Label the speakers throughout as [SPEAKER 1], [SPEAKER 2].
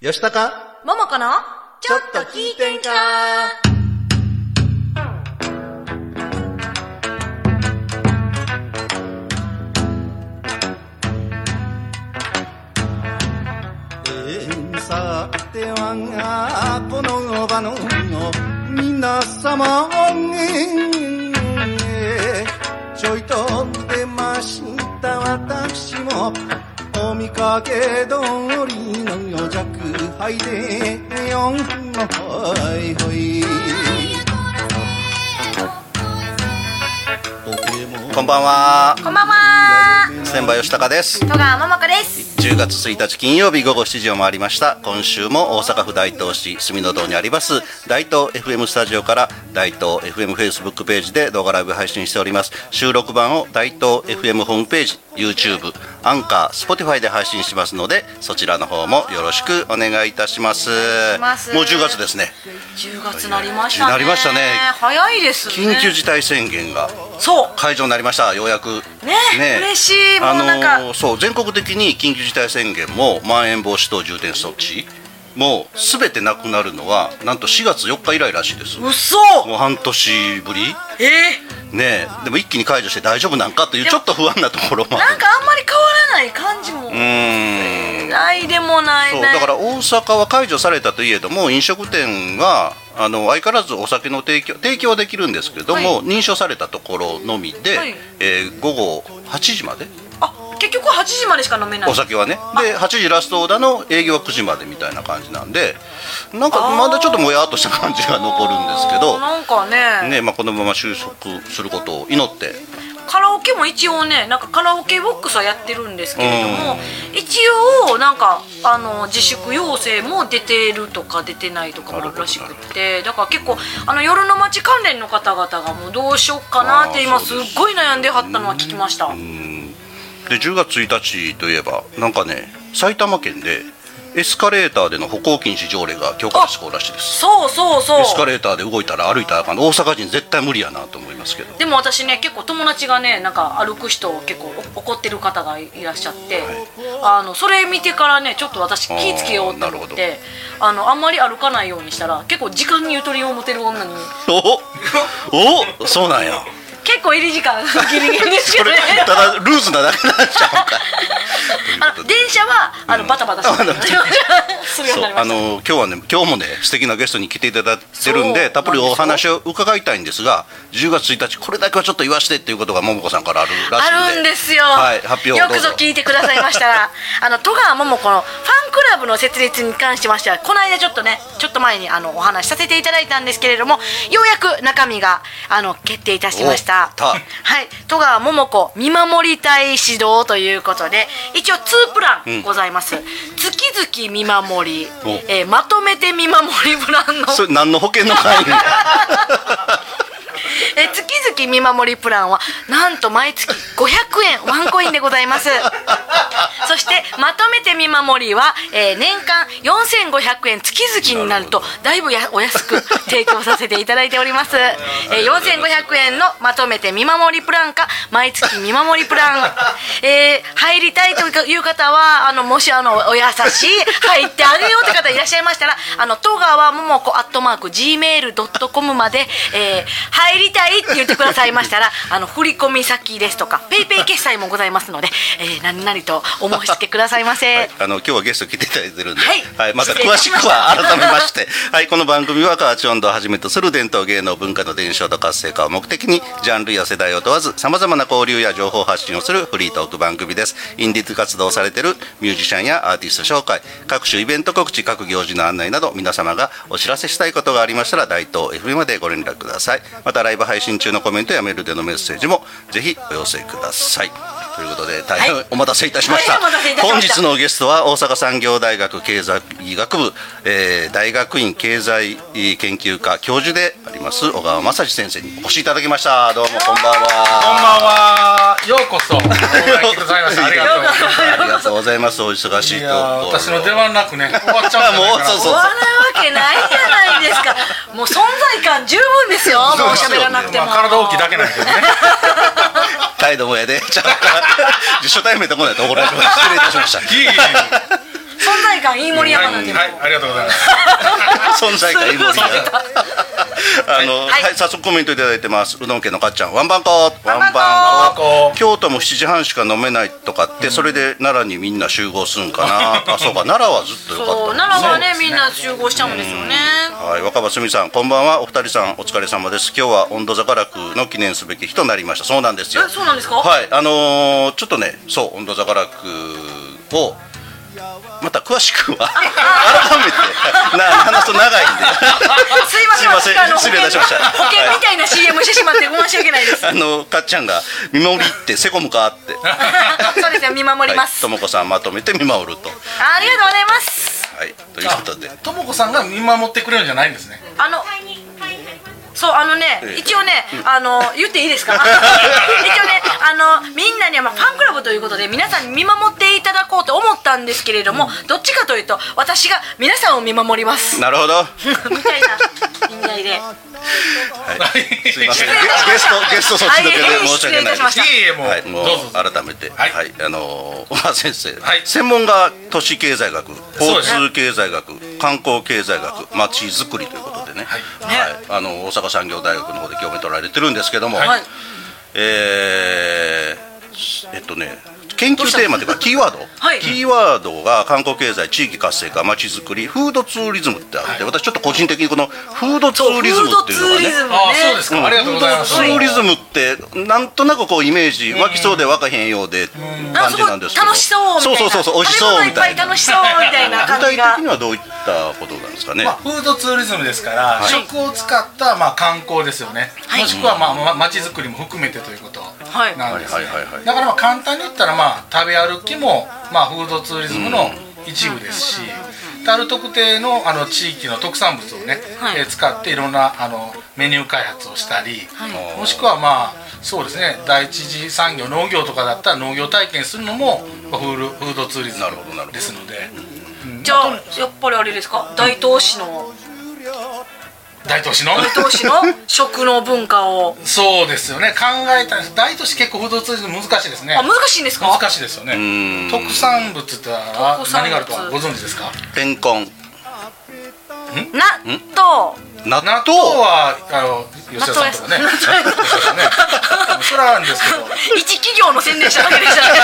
[SPEAKER 1] よしたか
[SPEAKER 2] ももこのちょっと聞いてんか
[SPEAKER 1] えー、さてはこの場の皆様えーちょいと出ました私もお見かけ通りの弱敗でよんほいほい
[SPEAKER 3] こんばんは。
[SPEAKER 2] こんばんは
[SPEAKER 3] ステンバイ吉高です。
[SPEAKER 2] 戸川ももこです
[SPEAKER 3] 10月1日金曜日午後7時を回りました。今週も大阪府大東市住の堂にあります大東 FM スタジオから大東 FM フェイスブックページで動画ライブ配信しております。収録版を大東 FM ホームページ、YouTube、アンカー、Spotify で配信しますので、そちらの方もよろしくお願いいたします。
[SPEAKER 2] ます
[SPEAKER 3] もう10月ですね。
[SPEAKER 2] 10月なりましたね
[SPEAKER 3] なりましたね
[SPEAKER 2] 早いですね
[SPEAKER 3] 緊急事態宣言が
[SPEAKER 2] そう
[SPEAKER 3] 解除になりました。ようやく。
[SPEAKER 2] ね嬉しいもうなんか
[SPEAKER 3] あのーそう全国的に緊急事態宣言もまん延防止等重点措置もすべてなくなるのはなんと4月4日以来らしいですも
[SPEAKER 2] うそう
[SPEAKER 3] 半年ぶり
[SPEAKER 2] え
[SPEAKER 3] ねえでも一気に解除して大丈夫なんかという
[SPEAKER 2] で
[SPEAKER 3] ち
[SPEAKER 2] も
[SPEAKER 3] ょっと不安なところもあ
[SPEAKER 2] なん
[SPEAKER 3] る
[SPEAKER 2] かあんまり変わらない感じも
[SPEAKER 3] うーん
[SPEAKER 2] ないでもない
[SPEAKER 3] そう
[SPEAKER 2] ない
[SPEAKER 3] だから大阪は解除されたといえども飲食店はあの相変わらずお酒の提供提供はできるんですけども、
[SPEAKER 2] は
[SPEAKER 3] 認証されたところのみで、
[SPEAKER 2] はい
[SPEAKER 3] えー午後8時まで
[SPEAKER 2] あ結局は8時までしか飲めない
[SPEAKER 3] お酒はねで8時ラストオーダーの営業は9時までみたいな感じなんでなんかまだちょっともやっとした感じが残るんですけ
[SPEAKER 2] あーなんか
[SPEAKER 3] ど、ねまあ、このまま収束することを祈って
[SPEAKER 2] カラオケも一応ねなんかカラオケボックスはやってるんですけれども、一応なんかあの自粛要請も出てるとか出てないとかもあるらしくてだから結構あの夜の街関連の方々がもうどうしよっかなって今
[SPEAKER 3] あー
[SPEAKER 2] す
[SPEAKER 3] そ
[SPEAKER 2] っ
[SPEAKER 3] うです
[SPEAKER 2] ごい悩んではったのは聞きました
[SPEAKER 3] で10月1日といえばなんかね埼玉県でエスカレーターでの歩行禁止条例が強化施行らしいです
[SPEAKER 2] そうそうそう
[SPEAKER 3] エスカレーターで動いたら歩いたらあかん大阪人絶対無理やなと思いますけど
[SPEAKER 2] でも私ね結構友達がねなんか歩く人を結構お怒ってる方がいらっしゃって、あのそれ見てからねちょっと私気ぃつけようと
[SPEAKER 3] あー
[SPEAKER 2] 思
[SPEAKER 3] な
[SPEAKER 2] っ
[SPEAKER 3] るほど
[SPEAKER 2] てあのあんまり歩かないようにしたら結構時間にゆとりを持てる女に
[SPEAKER 3] おおそうなんや
[SPEAKER 2] 結構入り時間ギリギリです
[SPEAKER 3] そ
[SPEAKER 2] けど
[SPEAKER 3] れ
[SPEAKER 2] ね
[SPEAKER 3] ただルーズなだけなんちゃうんかい
[SPEAKER 2] あの電車はあのバタバタしてる するよう
[SPEAKER 3] そ
[SPEAKER 2] に
[SPEAKER 3] う
[SPEAKER 2] なりま
[SPEAKER 3] あ
[SPEAKER 2] した
[SPEAKER 3] の今日はね今日もね素敵なゲストに来ていただいてるんで
[SPEAKER 2] そう
[SPEAKER 3] たっぷりお話を伺いたいんですが10月1日これだけはちょっと言わしてっていうことが桃子さんからあるらしいんで
[SPEAKER 2] あるんですよ、
[SPEAKER 3] はい発表
[SPEAKER 2] よ
[SPEAKER 3] ど
[SPEAKER 2] く
[SPEAKER 3] うぞ
[SPEAKER 2] ぞ聞いてくださいました らあの戸川桃子のファンクラブの設立に関しましてはこの間ちょっとねちょっと前にあのお話しさせていただいたんですけれどもようやく中身があの決定いたしました
[SPEAKER 3] おた
[SPEAKER 2] はい戸川桃子見守り隊指導ということで一応2プランございます、月々見守り
[SPEAKER 3] お、
[SPEAKER 2] えーまとめて見守りプランの
[SPEAKER 3] それ何の保険の範囲
[SPEAKER 2] え月々見守りプランはなんと毎月500円ワンコインでございますそしてまとめて見守りは、えー年間4500円月々になるとだいぶやお安く提供させていただいております、えー4500円のまとめて見守りプランか毎月見守りプラン、えー入りたいという方はあのもしあのお優しい入ってあげようという方いらっしゃいましたらあの戸川桃子アットマーク Gmail.com まで、えー入りたいって言ってくださいました らあの振込先ですとかペイペイ決済もございますので、えー何々とお申し付けくださいませ、
[SPEAKER 3] はいあの今日はゲスト来ていただいてるんで、
[SPEAKER 2] はい
[SPEAKER 3] また
[SPEAKER 2] 失礼い
[SPEAKER 3] 詳
[SPEAKER 2] た
[SPEAKER 3] し
[SPEAKER 2] し
[SPEAKER 3] く
[SPEAKER 2] ました
[SPEAKER 3] は改めまして はいこの番組は河内音頭をはじめとする伝統芸能文化の伝承と活性化を目的にジャンルや世代を問わずさまざまな交流や情報発信をするフリートーク番組ですインディーズ活動をされているミュージシャンやアーティスト紹介各種イベント告知各行事の案内など皆様がお知らせしたいことがありましたら大東 FM までご連絡くださいまたライブ配信中のコメントやメールでのメッセージもぜひお寄せくださいということで大変
[SPEAKER 2] はい
[SPEAKER 3] お待たせいたしました,、
[SPEAKER 2] はいお待たせいたしま
[SPEAKER 3] 本
[SPEAKER 2] した
[SPEAKER 3] 日のゲストは大阪産業大学経済学部、えー大学院経済研究科教授であります小川正史先生にお越しいただきましたどうもこんばん
[SPEAKER 4] こん
[SPEAKER 3] は
[SPEAKER 4] ばんは。ようこそ。お越しくださいました。ありがとうございま す。
[SPEAKER 3] ありがとうございますお忙しい
[SPEAKER 4] い
[SPEAKER 3] と
[SPEAKER 4] やー
[SPEAKER 3] ころ
[SPEAKER 4] 私の出番なくね、終わっちゃうんじゃないかな
[SPEAKER 3] もうそう
[SPEAKER 2] 終
[SPEAKER 3] そう
[SPEAKER 2] わらないわけないじゃないですかもう存在感十分ですよもう喋らなくても、
[SPEAKER 4] まあ体大きいだけなんですけどね。
[SPEAKER 3] 態 度もええでちゃうか初対面とこないと怒られる失礼いたしました
[SPEAKER 4] いいいいいい
[SPEAKER 2] そん在感いい森山なんで、
[SPEAKER 4] はい、
[SPEAKER 2] もう
[SPEAKER 4] ありがとうございます。
[SPEAKER 3] 存在感いいもんだあの、
[SPEAKER 2] は
[SPEAKER 3] はいい、早速コメントいただいてます。うどん家のかっちゃん、ワンバンコ。ワン
[SPEAKER 2] バンコ
[SPEAKER 4] ワンバンコ
[SPEAKER 3] 京都も7時半しか飲めないとかって、それで奈良にみんな集合するんか な。あ、そうか、奈良はずっとよかった
[SPEAKER 2] そ
[SPEAKER 3] もん
[SPEAKER 2] う
[SPEAKER 3] ね。
[SPEAKER 2] 奈良はねみんな集合しちゃうんですよね、
[SPEAKER 3] はい、若葉すみさん、こんばんは。お二人さん、お疲れ様です。今日は温度坂楽の記念すべき日となりました。そうなんですよ。
[SPEAKER 2] えそうなんですか
[SPEAKER 3] はい、あのーちょっとね、そう、温度坂楽を。また詳しく は改めてな話すと長いんで
[SPEAKER 2] すいません
[SPEAKER 3] すいません
[SPEAKER 2] 私あの
[SPEAKER 3] 失礼いたしました
[SPEAKER 2] 保険
[SPEAKER 3] はい
[SPEAKER 2] 保険みたいな CM してしまって申し訳ない です
[SPEAKER 3] あのかっちゃんが「見守 りってせこむか?」って
[SPEAKER 2] そうですよ見守りま
[SPEAKER 3] はい
[SPEAKER 2] す、
[SPEAKER 3] ともこさんまとめて見守ると。
[SPEAKER 2] ありがとうございます
[SPEAKER 3] はい、ということで。
[SPEAKER 4] ともこさんが見守ってくれるんじゃないんですね。
[SPEAKER 2] あのそうあのね、
[SPEAKER 3] ええ
[SPEAKER 2] 一応ね、あの言っていい ですか一応ねあのみんなには、まあ、ファンクラブということで皆さんに見守っていただこうと思ったんですけれども、どっちかというと私が皆さんを見守ります
[SPEAKER 3] なるほど。は
[SPEAKER 2] みたいな意味合いで
[SPEAKER 3] い。すい ません。ゲ
[SPEAKER 2] 失礼いたしました
[SPEAKER 3] ゲストゲストそっちのけで申し訳ないです。
[SPEAKER 2] はい
[SPEAKER 4] いえいえ、もう、
[SPEAKER 3] はい、もう
[SPEAKER 4] どうぞ。
[SPEAKER 3] 改めて、は、
[SPEAKER 4] はいい
[SPEAKER 3] あのー小川先生、
[SPEAKER 4] はい
[SPEAKER 3] 専門が都市経済学、
[SPEAKER 4] そう
[SPEAKER 3] 交
[SPEAKER 4] ですね
[SPEAKER 3] 通経済学、観光経済学、まちづくりということでね、はい
[SPEAKER 4] い、
[SPEAKER 3] あの大阪産業大学の方で興味取られてるんですけども、
[SPEAKER 2] はい
[SPEAKER 3] えーえっとね研究テーマというかキーワード、
[SPEAKER 2] はい
[SPEAKER 3] キーワードが観光経済地域活性化まちづくりフードツーリズムってあって、私ちょっと個人的にこのフードツーリズムっていうのが
[SPEAKER 2] フードツ
[SPEAKER 3] ね
[SPEAKER 2] ーリズムね
[SPEAKER 4] ああ、そうですか、ありがとうございます。
[SPEAKER 3] ツーリズムってなんとなくこうイメージ湧きそうで湧かへんようで感じなんですけど
[SPEAKER 2] 楽しそうみたいな
[SPEAKER 3] そうそうそうそう美味しそうみた
[SPEAKER 2] 食べ物いっぱい
[SPEAKER 3] いな
[SPEAKER 2] 楽しそうみたいな
[SPEAKER 3] 具
[SPEAKER 2] 感じ
[SPEAKER 3] 体
[SPEAKER 2] が
[SPEAKER 3] 的にはどういったことなんですかね、
[SPEAKER 4] まあ、フードツーリズムですから、
[SPEAKER 3] い
[SPEAKER 4] 食を使った、まあ、観光ですよね、
[SPEAKER 2] はい
[SPEAKER 4] もしくは、まあま、街づくりも含めてということ
[SPEAKER 2] い
[SPEAKER 4] なんです、
[SPEAKER 3] はい
[SPEAKER 4] ね
[SPEAKER 3] はいはいはい
[SPEAKER 4] だから、まあ、簡単に言ったら、まあ、食べ歩きも、まあ、フードツーリズムの一部ですし、ある特定のあの地域の特産物をね、
[SPEAKER 2] はい
[SPEAKER 4] えー使っていろんなあのメニュー開発をしたり、
[SPEAKER 2] は
[SPEAKER 4] もしくはまあそうですね第一次産業農業とかだったら農業体験するのもまあフールフードツーリズム
[SPEAKER 3] なるほどなるほど
[SPEAKER 4] ですので
[SPEAKER 2] じゃあやっぱりあれですか大東市の
[SPEAKER 4] 大都市の
[SPEAKER 2] 大東市の食の文化を
[SPEAKER 4] そうですよね考えた大都市結構フードツーリズム難しいですね
[SPEAKER 2] あ難しいんですか
[SPEAKER 4] 難しいですよ
[SPEAKER 3] ー
[SPEAKER 4] ね
[SPEAKER 3] ん
[SPEAKER 4] 特産物ってあ
[SPEAKER 2] 特産物
[SPEAKER 4] 何があるとご存知ですか
[SPEAKER 3] レンコン
[SPEAKER 2] 納豆
[SPEAKER 3] 納
[SPEAKER 4] 納豆はあの吉田さんとかね
[SPEAKER 2] 納
[SPEAKER 4] 吉田
[SPEAKER 2] 豆です
[SPEAKER 4] さんねそれはあるんです けど
[SPEAKER 2] 一企業の宣伝しただけでしたね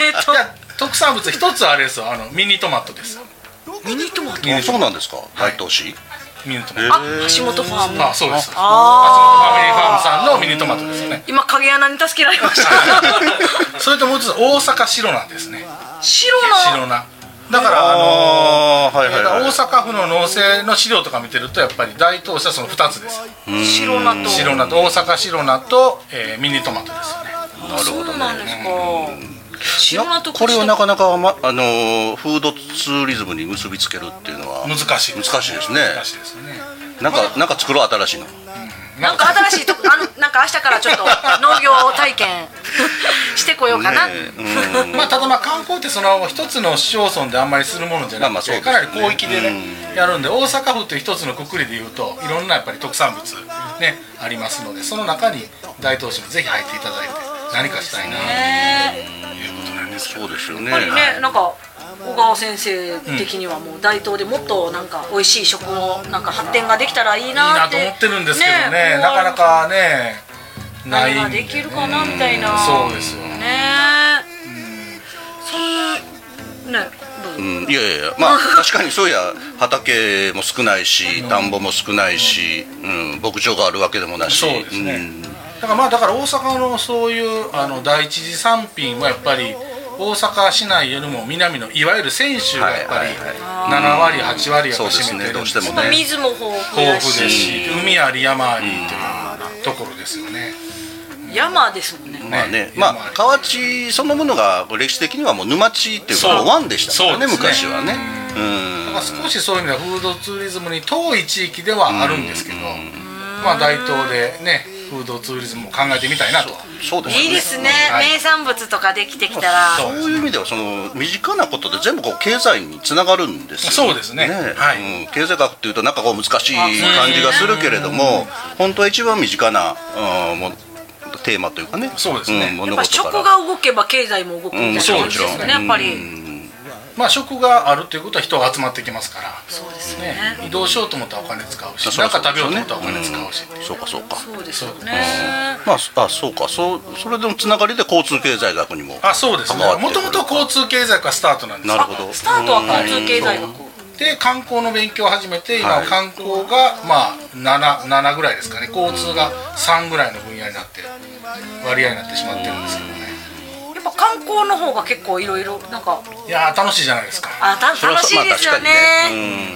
[SPEAKER 2] えーっと
[SPEAKER 4] いや特産物一つはあれですよあのミニトマトですよ
[SPEAKER 2] ミニトマト
[SPEAKER 3] あそうなんですか大東市、
[SPEAKER 4] ミニトマト
[SPEAKER 3] え
[SPEAKER 2] あ橋本ファーム
[SPEAKER 4] あ、そうです。松本ファミリーファーム
[SPEAKER 2] あ
[SPEAKER 4] さんのミニトマトですよね。
[SPEAKER 2] 今影穴に助けられました
[SPEAKER 4] それともう一つ大阪白菜ですね。
[SPEAKER 2] 白の
[SPEAKER 4] 白菜。だからあの
[SPEAKER 3] あーはいはいはい
[SPEAKER 4] 大阪府の農政の資料とか見てるとやっぱり大東市はその二つですよ。
[SPEAKER 2] 白菜と
[SPEAKER 4] 白菜と大阪白菜と、えーミニトマトですよね。
[SPEAKER 3] なるほど
[SPEAKER 2] そうなんですか白菜
[SPEAKER 3] な
[SPEAKER 2] と
[SPEAKER 3] これをな
[SPEAKER 2] か
[SPEAKER 3] かなか、まあのーフードツーリズムに結びつけるっていうのは
[SPEAKER 4] 難しい。
[SPEAKER 3] 難しいですね
[SPEAKER 4] 難しいですね。
[SPEAKER 3] なんかなんか作ろう新しいの
[SPEAKER 2] なんか新しいとこあのなんか明日からちょっと農業体験してこようかな、
[SPEAKER 3] ねえうん
[SPEAKER 4] まあ、ただまあ観光ってその一つの市町村であんまりするものじゃな
[SPEAKER 3] まあまあ
[SPEAKER 4] く
[SPEAKER 3] そうで
[SPEAKER 4] て
[SPEAKER 3] すね
[SPEAKER 4] かなり広域でねやるんで大阪府という一つのくくりでいうといろんなやっぱり特産物ねありますのでその中に大東市もぜひ入っていただいて何かしたいな
[SPEAKER 2] ね
[SPEAKER 4] ということなんですけ
[SPEAKER 3] そ
[SPEAKER 4] ど
[SPEAKER 3] うですよ
[SPEAKER 2] え
[SPEAKER 3] ね
[SPEAKER 2] やっぱりねなんか小川先生的にはもう大東でもっとなんか美味しい食のなんか発展ができたらいい
[SPEAKER 4] いい
[SPEAKER 2] な
[SPEAKER 4] な
[SPEAKER 2] っ
[SPEAKER 4] と
[SPEAKER 2] て
[SPEAKER 4] 思ってるんですけど
[SPEAKER 2] え
[SPEAKER 4] ねなかなかねな
[SPEAKER 2] 何
[SPEAKER 4] い
[SPEAKER 2] が
[SPEAKER 4] ん
[SPEAKER 2] できるかなみたいな
[SPEAKER 4] そうですよ
[SPEAKER 2] ねえそんねどう
[SPEAKER 3] うん、いやいやいやまあ確かにそういや畑も少ないし田んぼも少ないし、うん、牧場があるわけでもないし
[SPEAKER 4] そうですね
[SPEAKER 3] ん
[SPEAKER 4] だからまあだから大阪のそういうあの第一次産品はやっぱり大阪市内よりも南のいわゆる泉州がやっぱり
[SPEAKER 3] はいはい
[SPEAKER 4] 7割8割やっぱ占
[SPEAKER 3] そう
[SPEAKER 4] めてるん
[SPEAKER 3] ですねどうしてもね
[SPEAKER 2] まあ水も豊富
[SPEAKER 4] 豊
[SPEAKER 2] だ
[SPEAKER 4] 富
[SPEAKER 2] し
[SPEAKER 4] ですし海あり山ありというところですよね
[SPEAKER 2] 山ですもんね
[SPEAKER 3] まあね
[SPEAKER 4] ね
[SPEAKER 3] まあ河内そのものが歴史的にはもう沼地っていうか
[SPEAKER 4] そう
[SPEAKER 3] もう湾でしたからね
[SPEAKER 4] そうです
[SPEAKER 3] 昔
[SPEAKER 4] ね
[SPEAKER 3] はね
[SPEAKER 4] だから少しそういう意味ではフードツーリズムに遠い地域ではあるんですけどまあ大東でねフードツーリズムを考えてみたいなと
[SPEAKER 3] うんそうですよね
[SPEAKER 2] いいですね、
[SPEAKER 4] はい
[SPEAKER 2] 名産物とかできてきたら
[SPEAKER 4] そう
[SPEAKER 3] そういう意味ではその身近なことで全部こう経済につながるんですよ
[SPEAKER 4] そうですねはい
[SPEAKER 3] うん、経済学っていうとなんかこう難しい感じがするけれども本当は一番身近な、うん、もテーマというかね
[SPEAKER 4] そうですね
[SPEAKER 3] ん
[SPEAKER 2] やっ
[SPEAKER 3] 物
[SPEAKER 2] ぱ
[SPEAKER 3] 事
[SPEAKER 2] 食
[SPEAKER 3] か
[SPEAKER 2] が
[SPEAKER 3] ら
[SPEAKER 2] 動けば経済も動くみたいな
[SPEAKER 3] うんそう
[SPEAKER 2] 感
[SPEAKER 3] も
[SPEAKER 2] じ
[SPEAKER 3] ち
[SPEAKER 2] で
[SPEAKER 3] ろ
[SPEAKER 2] す
[SPEAKER 3] ん
[SPEAKER 2] よね、やっぱり、
[SPEAKER 3] うん
[SPEAKER 4] まあ食があるということは人が集まってきますからそうです
[SPEAKER 2] ね
[SPEAKER 4] 移動しようと思ったらお金使うし
[SPEAKER 3] そら
[SPEAKER 4] なん
[SPEAKER 3] そ
[SPEAKER 4] か
[SPEAKER 3] う
[SPEAKER 4] 食べようと思
[SPEAKER 3] で
[SPEAKER 4] っ
[SPEAKER 3] す
[SPEAKER 4] たら
[SPEAKER 3] よ
[SPEAKER 4] お
[SPEAKER 3] ね
[SPEAKER 4] 金使うし、
[SPEAKER 3] うんそうかそうか
[SPEAKER 2] そうです
[SPEAKER 4] そう
[SPEAKER 2] よ
[SPEAKER 4] いうこと
[SPEAKER 2] ね
[SPEAKER 3] まあそあそうかそうそれでもつながりで交通経済学にも
[SPEAKER 4] あそうですね
[SPEAKER 3] 関わって
[SPEAKER 4] もともと交通経済がスタートなんです
[SPEAKER 3] なるほど
[SPEAKER 2] スタートは交通経済
[SPEAKER 3] うん
[SPEAKER 2] 学
[SPEAKER 4] で観光の勉強を始めて今
[SPEAKER 3] はい
[SPEAKER 4] 観光がまあ 7, 7ぐらいですかね交通が3ぐらいの分野になって割合になってしまってるんですけどね
[SPEAKER 2] やっぱ観光の方が結構いろいろなんか
[SPEAKER 4] いやー楽しいじゃないですか
[SPEAKER 2] あた
[SPEAKER 3] それは
[SPEAKER 2] 楽しいですよね,、
[SPEAKER 3] まあ確かにね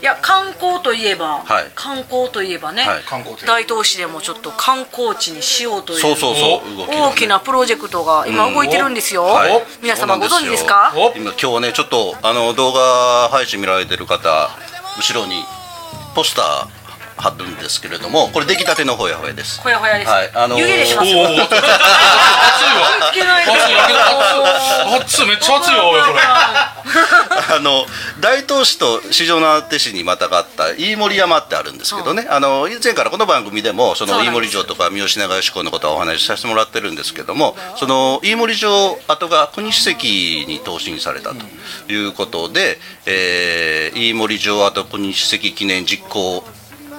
[SPEAKER 2] いや観光といえば、
[SPEAKER 3] はい
[SPEAKER 2] 観光といえばね、
[SPEAKER 3] はい
[SPEAKER 4] 観光という
[SPEAKER 2] 大東市でもちょっと観光地にしようと
[SPEAKER 3] う
[SPEAKER 2] い
[SPEAKER 3] ん
[SPEAKER 2] う
[SPEAKER 3] そうそうそう動きがね
[SPEAKER 2] 大きなプロジェクトが今動いてるんですよ、
[SPEAKER 3] はい
[SPEAKER 2] 皆様ご存知です
[SPEAKER 3] そ
[SPEAKER 2] か
[SPEAKER 3] うなんですよ今今日ねちょっとあの動画配信見られてる方後ろにポスター貼ってるんですけれどもこれ出来たてのほやほやです
[SPEAKER 2] ほやほやです、
[SPEAKER 3] はいあのー
[SPEAKER 2] 湯気でします
[SPEAKER 4] お
[SPEAKER 2] よ
[SPEAKER 4] お熱いわ
[SPEAKER 2] いけない
[SPEAKER 4] 熱いわ熱いめっちゃ熱いわおいこれ
[SPEAKER 3] あの大東市と四条畷市にまたがった飯盛山ってあるんですけどね、あの以前からこの番組でも
[SPEAKER 2] そ
[SPEAKER 3] そ
[SPEAKER 2] う
[SPEAKER 3] の
[SPEAKER 2] な
[SPEAKER 3] 飯
[SPEAKER 2] んで
[SPEAKER 3] 盛
[SPEAKER 2] す
[SPEAKER 3] 城とか三好長吉公のことはお話しさせてもらってるんですけどもその飯盛城跡が国史跡に投進されたということで、えー飯盛城跡国史跡記念実行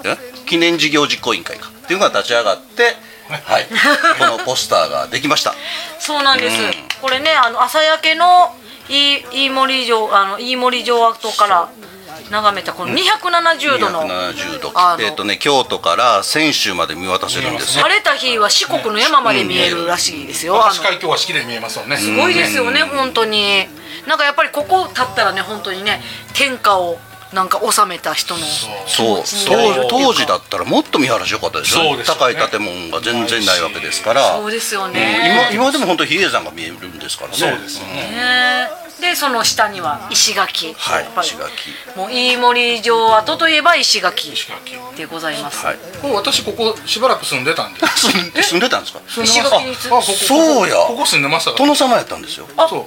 [SPEAKER 3] え記念事業実行委員会かっていうのが立ち上がって、 はい、このポスターができました。
[SPEAKER 2] そうなんです、
[SPEAKER 3] うん
[SPEAKER 2] これねあの朝焼けのいい森城あのいい森城跡から眺めたこの270度の
[SPEAKER 3] 270度
[SPEAKER 2] あの
[SPEAKER 3] えっ、とね京都から泉州まで見渡せるんですよ
[SPEAKER 2] 晴れた日は四国の山まで見えるらしいですよ、あの
[SPEAKER 4] 私海峡は式で見えますもんね
[SPEAKER 2] すごいですよね本当になんかやっぱりここ立ったらね本当にね天下をなんか治めた人の
[SPEAKER 3] そう
[SPEAKER 4] そう
[SPEAKER 3] 当当時だったらもっと見晴らしよかったでしょ
[SPEAKER 4] そうですよ
[SPEAKER 3] 高
[SPEAKER 4] ね
[SPEAKER 3] い建物が全然ないわけですから
[SPEAKER 2] そうですよ
[SPEAKER 3] 今
[SPEAKER 2] ね、
[SPEAKER 3] 今でも本当比叡山が見えるんですからね
[SPEAKER 4] そうですよね
[SPEAKER 2] ねでその下には石垣、
[SPEAKER 3] はい
[SPEAKER 2] やっぱり
[SPEAKER 3] 石垣
[SPEAKER 2] もう飯盛城跡といえば石垣
[SPEAKER 4] 石垣
[SPEAKER 2] でございます、
[SPEAKER 3] はい
[SPEAKER 4] これ私ここしばらく住んでたんで
[SPEAKER 3] 住んで住んでたんですか
[SPEAKER 4] 住んでま
[SPEAKER 2] 石
[SPEAKER 4] した
[SPEAKER 2] 垣に移っ
[SPEAKER 4] あここ
[SPEAKER 3] そうや
[SPEAKER 4] ここ住んでましたから
[SPEAKER 3] 殿様やったんですよ
[SPEAKER 2] あ
[SPEAKER 4] そう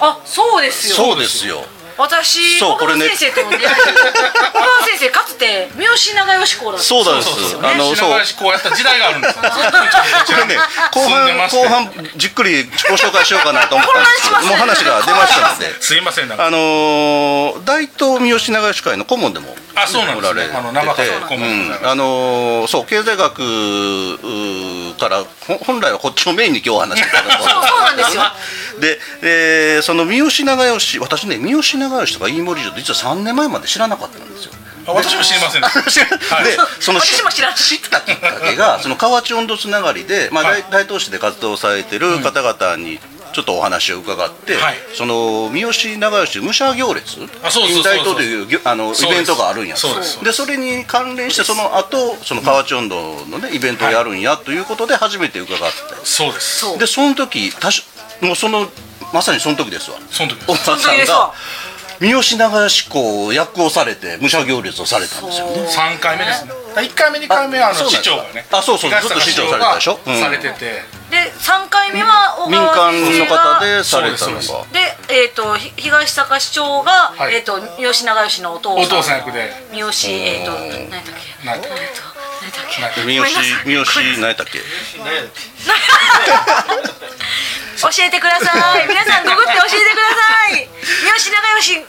[SPEAKER 2] あそうですよ
[SPEAKER 3] そうですよ
[SPEAKER 2] 私
[SPEAKER 3] そう
[SPEAKER 2] 小
[SPEAKER 3] こ
[SPEAKER 2] 川
[SPEAKER 3] れね
[SPEAKER 2] 先生との出会い小川先生かつて三好長吉公だった
[SPEAKER 3] そうなんです
[SPEAKER 4] そうそうそう
[SPEAKER 3] あの
[SPEAKER 4] 品川市こうやった時代があるんですよ
[SPEAKER 3] これね後
[SPEAKER 4] 住んで
[SPEAKER 3] 半
[SPEAKER 4] まして
[SPEAKER 3] 後半じっくりご紹介しようかなと思ったんですけどもう話が出ましたのです
[SPEAKER 4] いませんなんか
[SPEAKER 3] あのー大東三好長吉会の顧問でも
[SPEAKER 4] あそうなんですね
[SPEAKER 3] おられてて
[SPEAKER 4] あの長田さんの顧問でございます
[SPEAKER 3] うんあのーそう経済学うーからほ本来はこっちをメインに今日お話ししてたところ
[SPEAKER 2] そうそうなんですよ
[SPEAKER 3] で、えーその三好長吉私ね三好長吉とか飯盛城って実は3年前まで知らなかったんですよ
[SPEAKER 4] あ私も知りませんでしたはい
[SPEAKER 3] でその
[SPEAKER 2] 私も知らん
[SPEAKER 3] 知ったきっかけがその河内温度つながりで、まあ
[SPEAKER 4] は
[SPEAKER 3] 大
[SPEAKER 4] い
[SPEAKER 3] 大東市で活動されてる方々に、ちょっとお話を伺って、
[SPEAKER 4] はい
[SPEAKER 3] その三好長吉武者行列
[SPEAKER 4] あそうそうそうそう
[SPEAKER 3] 近代というぎょあのイ
[SPEAKER 4] そうです
[SPEAKER 3] ベントがあるんやと
[SPEAKER 4] そうですそう
[SPEAKER 3] でそれに関連してその後その河内温度のねイベントをやるんやということで初めて伺って、
[SPEAKER 4] そうです
[SPEAKER 2] そう
[SPEAKER 3] でその時たしもうそのまさにその時ですわ
[SPEAKER 4] その時です
[SPEAKER 3] お母
[SPEAKER 2] そ
[SPEAKER 3] さ
[SPEAKER 2] の時
[SPEAKER 3] ん
[SPEAKER 2] ですわ
[SPEAKER 3] が三好長吉公を役をされて武者行列をされたんですよね
[SPEAKER 4] 三回目ですね。一回目二回目はあ
[SPEAKER 3] そう
[SPEAKER 4] の
[SPEAKER 3] なんです
[SPEAKER 4] 市
[SPEAKER 3] か
[SPEAKER 4] 長がね。
[SPEAKER 3] あそうそう
[SPEAKER 4] 東坂
[SPEAKER 3] ずっと市長されてたでしょうん
[SPEAKER 4] されてて、
[SPEAKER 2] で3回目は小
[SPEAKER 3] 民
[SPEAKER 2] 川
[SPEAKER 3] 間
[SPEAKER 2] 先生
[SPEAKER 3] の
[SPEAKER 2] が
[SPEAKER 3] 方でされた
[SPEAKER 4] そう
[SPEAKER 3] の
[SPEAKER 4] ですそ
[SPEAKER 3] が
[SPEAKER 4] う
[SPEAKER 2] で、えー、とひ東坂市長が、
[SPEAKER 4] はい
[SPEAKER 2] えー、と吉永吉のお父
[SPEAKER 4] お
[SPEAKER 2] さん
[SPEAKER 4] 父さん役で。
[SPEAKER 2] 三好えっ、ー、と何だっけ
[SPEAKER 4] な
[SPEAKER 2] えーと何だ
[SPEAKER 4] んか
[SPEAKER 2] っけ
[SPEAKER 4] なんか
[SPEAKER 3] 三
[SPEAKER 2] ご
[SPEAKER 3] 好
[SPEAKER 2] めんなさい
[SPEAKER 3] 三好何やったっけ
[SPEAKER 2] 教えてください皆さんググって教えてください三好長吉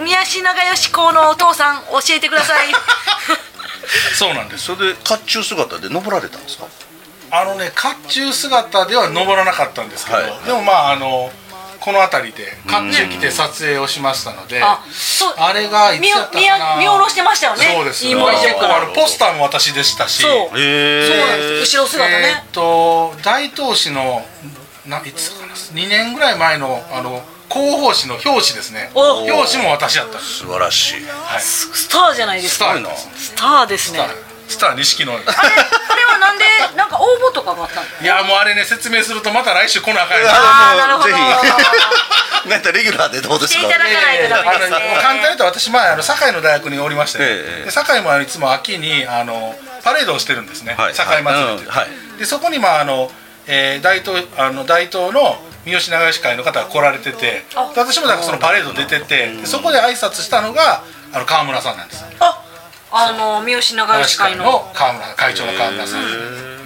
[SPEAKER 2] の三好長吉公のお父さん教えてくださ い
[SPEAKER 4] そうなんです。
[SPEAKER 3] それで甲冑姿で登られたんですか
[SPEAKER 4] あのね甲冑姿では登らなかったんですけど、
[SPEAKER 3] はい
[SPEAKER 4] でもまああのこの辺りで甲冑着て撮影をしましたので。
[SPEAKER 2] あそう
[SPEAKER 4] あれがいつ
[SPEAKER 2] 見
[SPEAKER 4] やったか
[SPEAKER 2] 見
[SPEAKER 4] な
[SPEAKER 2] 見下ろしてましたよね
[SPEAKER 4] そうです
[SPEAKER 2] 飯森
[SPEAKER 4] 結
[SPEAKER 2] 城か
[SPEAKER 4] 構あ
[SPEAKER 2] ら
[SPEAKER 4] のポスターも私でしたし
[SPEAKER 2] そう
[SPEAKER 3] へ
[SPEAKER 2] そうなんです後ろ姿ね、
[SPEAKER 4] えーっと大東市のないつかな2年ぐらい前のあの広報誌の表紙ですね
[SPEAKER 2] お
[SPEAKER 4] 表紙も私だったんです
[SPEAKER 3] 素晴らしい
[SPEAKER 4] はいス
[SPEAKER 2] スターじゃないです
[SPEAKER 4] タ
[SPEAKER 2] か
[SPEAKER 4] ーです
[SPEAKER 2] スターですね
[SPEAKER 4] スタースター錦の
[SPEAKER 2] あれあれはなんでなんか応募とかがあったの
[SPEAKER 4] いやもうあれね説明するとまた来週来なあかんやん
[SPEAKER 2] あー
[SPEAKER 3] あのもう
[SPEAKER 2] なるほど
[SPEAKER 3] ぜひなんかレギュラーでどうです
[SPEAKER 2] していた
[SPEAKER 3] か
[SPEAKER 2] だかないとダメですね
[SPEAKER 4] あのもう簡単に言うと私前あの堺の大学におりまして、ね
[SPEAKER 3] ええ
[SPEAKER 4] で堺もあのいつも秋にあのパレードをしてるんですね、
[SPEAKER 3] はい
[SPEAKER 4] 堺祭りっていう、
[SPEAKER 3] はい
[SPEAKER 4] でそこにまああの、えー大東あの大東の三好長吉会の方が来られててで
[SPEAKER 2] あ
[SPEAKER 4] 私もなんかそのパレード出ててでそこで挨拶したのがあの川村さんなんです
[SPEAKER 2] ああの三好長吉会の
[SPEAKER 4] 川村会長の川村さん、うん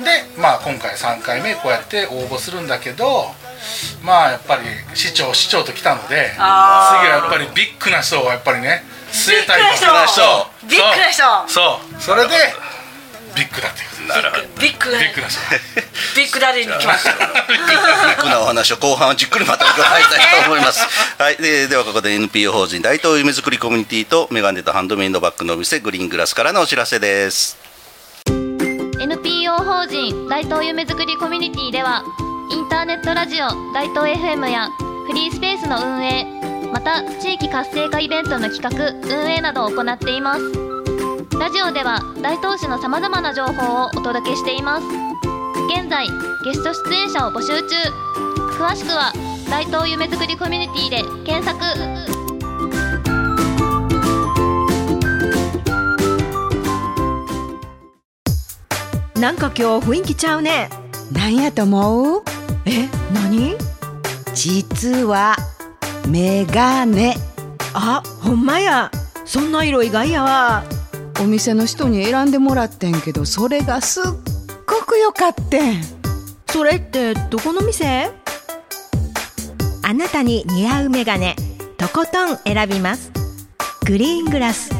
[SPEAKER 4] でまあ今回3回目こうやって応募するんだけどまあやっぱり市長市長と来たので次
[SPEAKER 2] あー
[SPEAKER 4] はやっぱりビッグな人をやっぱりね据えたりと
[SPEAKER 2] ビッグな人
[SPEAKER 4] そう
[SPEAKER 2] ビッグな人
[SPEAKER 4] そうそうそれでビッグだっていうことです
[SPEAKER 3] なるほど
[SPEAKER 2] ビッグ
[SPEAKER 4] ビッグ な人
[SPEAKER 2] ビッグダディに来ました
[SPEAKER 3] ビッグなお話を後半はじっくりまた伺いたいと思 います。はい、でではここで NPO 法人大東夢作りコミュニティとメガネとハンドメイドバッグのお店グリーングラスからのお知らせです。
[SPEAKER 5] NPO 法人大東夢づくりコミュニティではインターネットラジオ大東 FM やフリースペースの運営また地域活性化イベントの企画運営などを行っていますラジオでは大東市のさまざまな情報をお届けしています現在ゲスト出演者を募集中詳しくは大東夢づくりコミュニティで検索
[SPEAKER 6] なんか今日雰囲気ちゃうねなんやと思うえ何実はメガネあほんまやそんな色意外やわ
[SPEAKER 7] お店の人に選んでもらってんけどそれがすっごく良かってん
[SPEAKER 6] それってどこの店
[SPEAKER 8] あなたに似合うメガネとことん選びますグリーングラス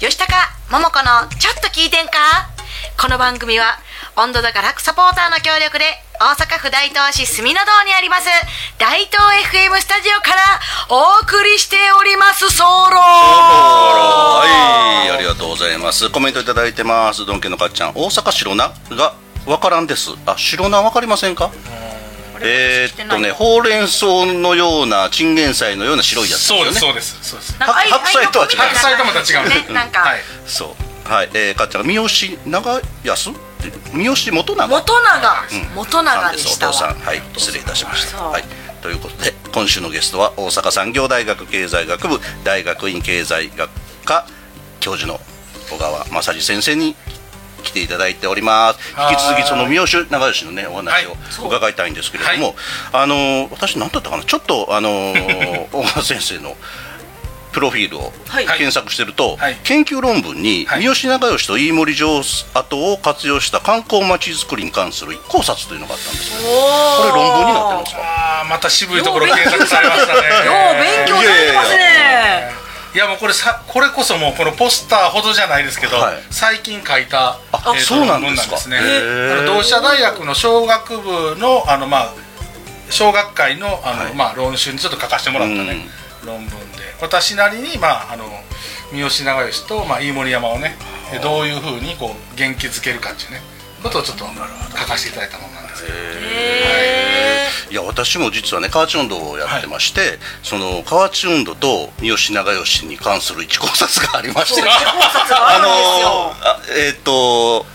[SPEAKER 2] 吉高桃子のちょっと聞いてんかこの番組は温度高楽サポーターの協力で大阪府大東市住の堂にあります大東 FM スタジオからお送りしておりますソロ
[SPEAKER 3] はい、ありがとうございます。コメントいただいてます。ドンケのかっちゃん、大阪白菜がわからんです。あ、白菜わかりませんか？えーっとね、ほうれん草のようなチンゲン菜のような白いやつです
[SPEAKER 4] そう
[SPEAKER 3] よ
[SPEAKER 4] で
[SPEAKER 3] ね。
[SPEAKER 4] すそうですそうです
[SPEAKER 2] なんか愛
[SPEAKER 3] 白菜とは違う
[SPEAKER 2] 愛の子みたいな
[SPEAKER 4] 白菜とまた違うんです
[SPEAKER 2] ねなんか、
[SPEAKER 4] はい
[SPEAKER 3] そう。はい、えー、かっちゃん、三好長安？三好元長？
[SPEAKER 2] 元永、元
[SPEAKER 3] さ
[SPEAKER 2] 永
[SPEAKER 3] ん
[SPEAKER 2] で
[SPEAKER 3] です
[SPEAKER 2] し
[SPEAKER 3] お
[SPEAKER 2] たわ
[SPEAKER 3] 父さんはい失礼いたしまし
[SPEAKER 2] そ
[SPEAKER 3] た
[SPEAKER 2] う
[SPEAKER 3] はいということで今週のゲストは大阪産業大学経済学部大学院経済学科教授の小川正治先生に来ていただいております
[SPEAKER 4] はい
[SPEAKER 3] 引き続きその三好長吉のねお話を
[SPEAKER 4] はい
[SPEAKER 3] 伺いたいんですけれども、あのー私何だったかなちょっとあのー小川先生のプロフィールを
[SPEAKER 2] はい
[SPEAKER 3] 検索してると、
[SPEAKER 4] はい
[SPEAKER 3] 研究論文に
[SPEAKER 4] は
[SPEAKER 3] 三
[SPEAKER 4] い
[SPEAKER 3] 好長吉と飯森城跡を活用した観光まちづくりに関する一考察というのがあったんですよこれ論文になってますか
[SPEAKER 4] あーまた渋いところ検索されましたね
[SPEAKER 2] よう勉強されてますね
[SPEAKER 3] い
[SPEAKER 4] いやもうこれさこれこそもうこのポスターほどじゃないですけど、
[SPEAKER 3] はい
[SPEAKER 4] 最近書いた
[SPEAKER 3] あ
[SPEAKER 4] えー
[SPEAKER 3] そうなん
[SPEAKER 4] 論文
[SPEAKER 3] ですか
[SPEAKER 4] ね
[SPEAKER 3] へー
[SPEAKER 4] あの同志社大学の小学部のあのまあ小学会のあの、
[SPEAKER 3] はい
[SPEAKER 4] まあ論集にちょっと書かせてもらったね、論文で私なりにまああの三好長慶とまあ飯盛山をねでどういうふうにこう元気づけるかっていうねことをちょっと書かせていただいたものなんですけど。
[SPEAKER 3] いや私も実はね河内音頭をやってまして、その河内音頭と三好長慶に関する一考察がありまして
[SPEAKER 2] そう一考察が
[SPEAKER 3] あのーあえっ、と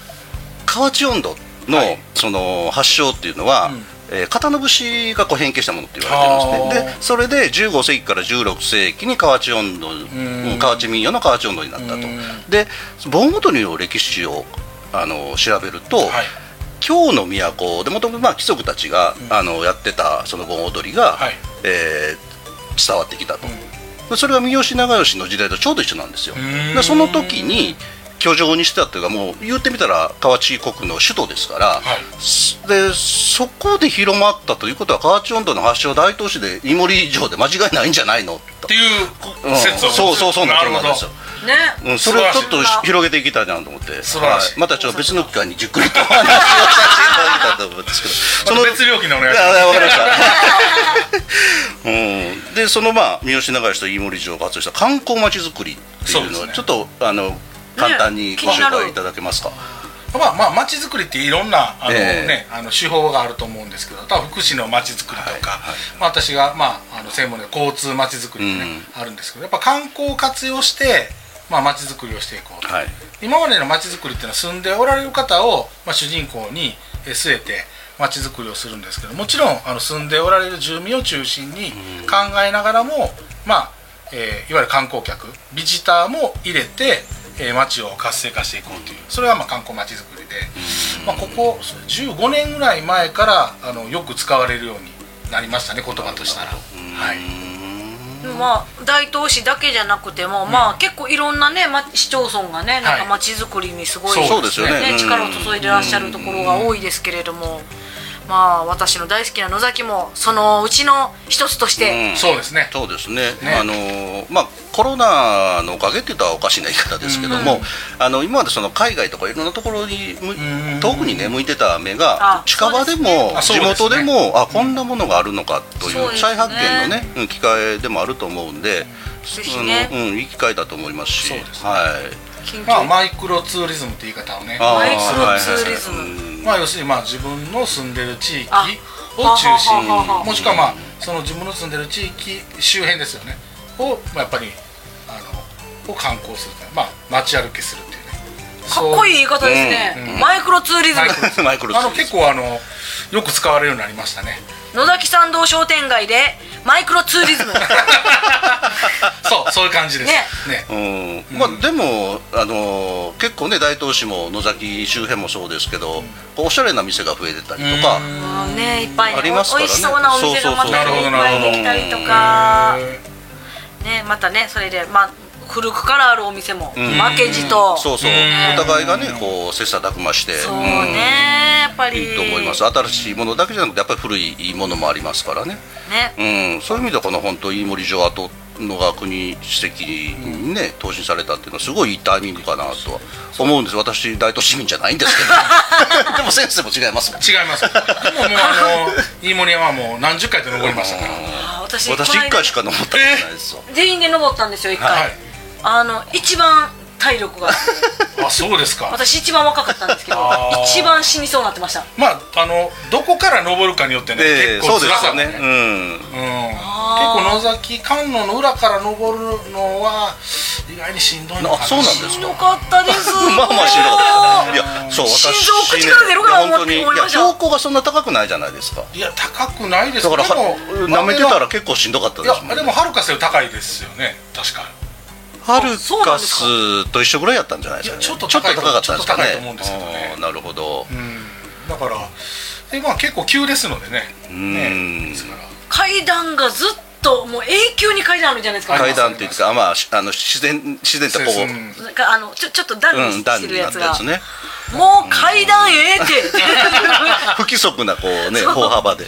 [SPEAKER 3] 河内音頭の、
[SPEAKER 4] はい
[SPEAKER 3] その発祥っていうのは、
[SPEAKER 4] ん
[SPEAKER 3] えー刀節がこう変形したものって言われてるんですね
[SPEAKER 4] あー
[SPEAKER 3] でそれで15世紀から16世紀に河内音頭
[SPEAKER 4] ん
[SPEAKER 3] 河内民謡の河内音頭になったと
[SPEAKER 4] うん
[SPEAKER 3] で盆踊りの歴史をあの調べると、
[SPEAKER 4] はい
[SPEAKER 3] 京の都でもともとまあ貴族たちが、あのやってたその盆踊りが、
[SPEAKER 4] はい
[SPEAKER 3] えー伝わってきたと、でそれは三好長慶の時代とちょうど一緒なんですよ
[SPEAKER 4] ん
[SPEAKER 3] でその時に居城にしてたというかもう言ってみたら河内国の首都ですから、
[SPEAKER 4] い
[SPEAKER 3] すでそこで広まったということは河内音頭の発祥大東市で井森城で間違いないんじゃないの
[SPEAKER 4] っ
[SPEAKER 3] と
[SPEAKER 4] ていう
[SPEAKER 3] うん
[SPEAKER 4] 説を、
[SPEAKER 3] そうそうそうな
[SPEAKER 4] な
[SPEAKER 3] って
[SPEAKER 4] る
[SPEAKER 3] るん
[SPEAKER 4] ほど
[SPEAKER 3] ですよ
[SPEAKER 2] ね
[SPEAKER 3] うん、それをちょっ
[SPEAKER 2] 素晴
[SPEAKER 3] と
[SPEAKER 2] らしい
[SPEAKER 3] 広げていきたいなと思って
[SPEAKER 4] 素晴らしい
[SPEAKER 3] はまたちょっと別の機会にじっくりとお話をさせていただきたいと思うんですけど
[SPEAKER 4] また別料金でお願いします
[SPEAKER 3] ややわかりました、うん、でそのまあ三好長慶と飯森城が発動した観光まちづくりっていうの
[SPEAKER 4] そう
[SPEAKER 3] は
[SPEAKER 4] ですね
[SPEAKER 3] ちょっとあの簡単にご
[SPEAKER 2] 気に
[SPEAKER 3] 紹
[SPEAKER 2] なる
[SPEAKER 3] 介いただけますか、
[SPEAKER 4] まあまあ町づくりっていろんなあの、
[SPEAKER 3] ええ
[SPEAKER 4] ねあの手法があると思うんですけど、多分福祉の町づくりとか、
[SPEAKER 3] はい
[SPEAKER 4] まあ私がまああの専門で交通町づくりってね、あるんですけど、やっぱ観光を活用してまあ町づくりをしていこうと。
[SPEAKER 3] はい
[SPEAKER 4] 今までの町づくりっていうのは住んでおられる方を、まあ、主人公にえー据えて町づくりをするんですけどもちろんあの住んでおられる住民を中心に考えながらも、まあえーいわゆる観光客ビジターも入れて、えー町を活性化していこうというそれがまあ観光町づくりで、まあ、ここ15年ぐらい前からあのよく使われるようになりましたね言葉としたら。はい、
[SPEAKER 3] うーん
[SPEAKER 2] まあ、大東市だけじゃなくても、まあ、結構いろんな、ねま、市町村がねなんか
[SPEAKER 4] はい
[SPEAKER 2] 町づくりにすごい、
[SPEAKER 4] そう
[SPEAKER 3] ですよねうん
[SPEAKER 2] 力を注いでらっしゃるところが多いですけれども、まあ、私の大好きな野崎もそのうちの一つとして、
[SPEAKER 3] うん
[SPEAKER 4] そうですね
[SPEAKER 3] そうですね
[SPEAKER 4] ね
[SPEAKER 3] あのーまあ、コロナのおかげって言ったらおかしな言い方ですけども、あの今までその海外とかいろんなところにむ
[SPEAKER 4] ん
[SPEAKER 3] 遠くに、ね、向いてた目
[SPEAKER 2] あ
[SPEAKER 3] が近場でも
[SPEAKER 4] そう
[SPEAKER 3] 地
[SPEAKER 4] ですねあそ
[SPEAKER 3] 元
[SPEAKER 4] うですね
[SPEAKER 3] でもあこんなものがあるのかとい
[SPEAKER 2] そう
[SPEAKER 3] う
[SPEAKER 2] ですね
[SPEAKER 3] 再発見の、ねうん機会でもあると思うんで。
[SPEAKER 2] ぜひね
[SPEAKER 3] あのうん、いい機会だと思いますし、
[SPEAKER 4] そうですね
[SPEAKER 3] はい、
[SPEAKER 2] 緊急
[SPEAKER 4] まあ、マイクロツーリズムって言い方をね
[SPEAKER 3] あー
[SPEAKER 2] マイクロツーリズム
[SPEAKER 3] はいはいはいうん
[SPEAKER 4] まあ、要するにまあ自分の住んでる地域
[SPEAKER 2] あ
[SPEAKER 4] を中心に
[SPEAKER 2] はははは
[SPEAKER 4] もしくはまあその自分の住んでる地域周辺ですよねを、まあ、やっぱりあのを観光するというまあ街歩きするっていうね
[SPEAKER 2] かっこいい
[SPEAKER 4] い
[SPEAKER 2] 言い方ですね、
[SPEAKER 4] うん
[SPEAKER 2] マイクロツーリズム
[SPEAKER 4] マイクロ
[SPEAKER 3] マイクロツ
[SPEAKER 4] あ
[SPEAKER 3] ー
[SPEAKER 4] の
[SPEAKER 3] リズム
[SPEAKER 4] 結構あのよく使われるようになりましたね
[SPEAKER 2] 野崎参道商店街でマイクロツーリズム
[SPEAKER 4] そ うそういう感じです
[SPEAKER 2] ね
[SPEAKER 4] ね
[SPEAKER 3] うんまあ、でも、あのー結構ね大東市も野崎周辺もそうですけど、こうおしゃれな店が増えてたりとか、
[SPEAKER 2] うんねいっぱいね
[SPEAKER 3] ありますからね
[SPEAKER 2] 美味しそうなお店がまた
[SPEAKER 3] そう
[SPEAKER 4] そうそう
[SPEAKER 2] いっぱいできたりとかねまたねそれでまあ古くからあるお店も
[SPEAKER 3] ん
[SPEAKER 2] 負けじと
[SPEAKER 3] そうそう
[SPEAKER 4] うん
[SPEAKER 3] お互いがねこう切磋琢磨して
[SPEAKER 2] そうねやっぱ
[SPEAKER 3] うん
[SPEAKER 2] り
[SPEAKER 3] いいと思います新しいものだけじゃなくてやっぱり古いものもありますからね、
[SPEAKER 2] ね
[SPEAKER 3] うん、そういう意味ではこの本当飯森城跡のが国史跡にね投資されたっていうのはすごいいいタイミングかなとは思うんです私大東市民じゃないんですけど でも先生も違いますもん
[SPEAKER 4] 違いますでももう あの飯森山はもう何十回と登りましたから
[SPEAKER 2] あ私
[SPEAKER 3] 私
[SPEAKER 2] この間
[SPEAKER 3] 1回しか登ったことないですよ、
[SPEAKER 2] 全員で登ったんですよ1回、
[SPEAKER 4] はい
[SPEAKER 2] あの一番体力 があって
[SPEAKER 4] あそうですか
[SPEAKER 2] 私一番若かったんですけど
[SPEAKER 4] あー
[SPEAKER 2] 一番死にそうになってました
[SPEAKER 4] まああのどこから登るかによってね、
[SPEAKER 3] ええ
[SPEAKER 4] 結構
[SPEAKER 3] そうで
[SPEAKER 4] 辛
[SPEAKER 3] す
[SPEAKER 4] さ
[SPEAKER 3] よ
[SPEAKER 4] もね
[SPEAKER 3] ね、うん、
[SPEAKER 4] うん、結構野崎観音の裏から登るのは意外にしんどいのかな
[SPEAKER 3] あそうなんです
[SPEAKER 2] しんどかったです
[SPEAKER 3] まあまあしんどかっ たですねいやそう
[SPEAKER 2] 心
[SPEAKER 3] 私ね
[SPEAKER 2] 臓口から出るかな思って
[SPEAKER 3] い
[SPEAKER 2] 思い
[SPEAKER 3] や本当
[SPEAKER 2] ま
[SPEAKER 3] にいや
[SPEAKER 2] したよ
[SPEAKER 3] 標高がそんな高くないじゃないですか
[SPEAKER 4] いや高くないで
[SPEAKER 3] だ
[SPEAKER 4] す
[SPEAKER 3] から
[SPEAKER 4] で
[SPEAKER 3] は
[SPEAKER 4] も
[SPEAKER 3] 舐めてたら
[SPEAKER 4] い
[SPEAKER 3] 結構しんどかったですもん
[SPEAKER 4] や
[SPEAKER 3] ね
[SPEAKER 4] でもはるかより高いですよね確か
[SPEAKER 3] ハル
[SPEAKER 2] そうなん
[SPEAKER 3] カ
[SPEAKER 2] です
[SPEAKER 3] スと一緒ぐらいやったんじゃないですか、ね、
[SPEAKER 4] いやちょっと高いと
[SPEAKER 3] かったんですかね
[SPEAKER 4] ちょっと高いと思うんですけどね
[SPEAKER 3] あーなるほど、
[SPEAKER 4] うんだからでまあ結構急ですのでね
[SPEAKER 3] ん
[SPEAKER 4] ねですから
[SPEAKER 2] 階段がずっともう永久に階段あるじゃないですか
[SPEAKER 3] 階段っていうんですかあまあしあの自然自然ってこ
[SPEAKER 4] そうです
[SPEAKER 3] う
[SPEAKER 2] なんかあのちょちょっと段
[SPEAKER 3] う
[SPEAKER 2] に
[SPEAKER 3] ん
[SPEAKER 2] し
[SPEAKER 3] 段
[SPEAKER 2] て
[SPEAKER 3] に
[SPEAKER 2] る
[SPEAKER 3] な
[SPEAKER 2] や
[SPEAKER 3] っ
[SPEAKER 2] つ
[SPEAKER 3] た
[SPEAKER 2] が、
[SPEAKER 3] やつね
[SPEAKER 2] もう階段ええって
[SPEAKER 3] 不規則なこうね
[SPEAKER 2] そう
[SPEAKER 3] 歩幅で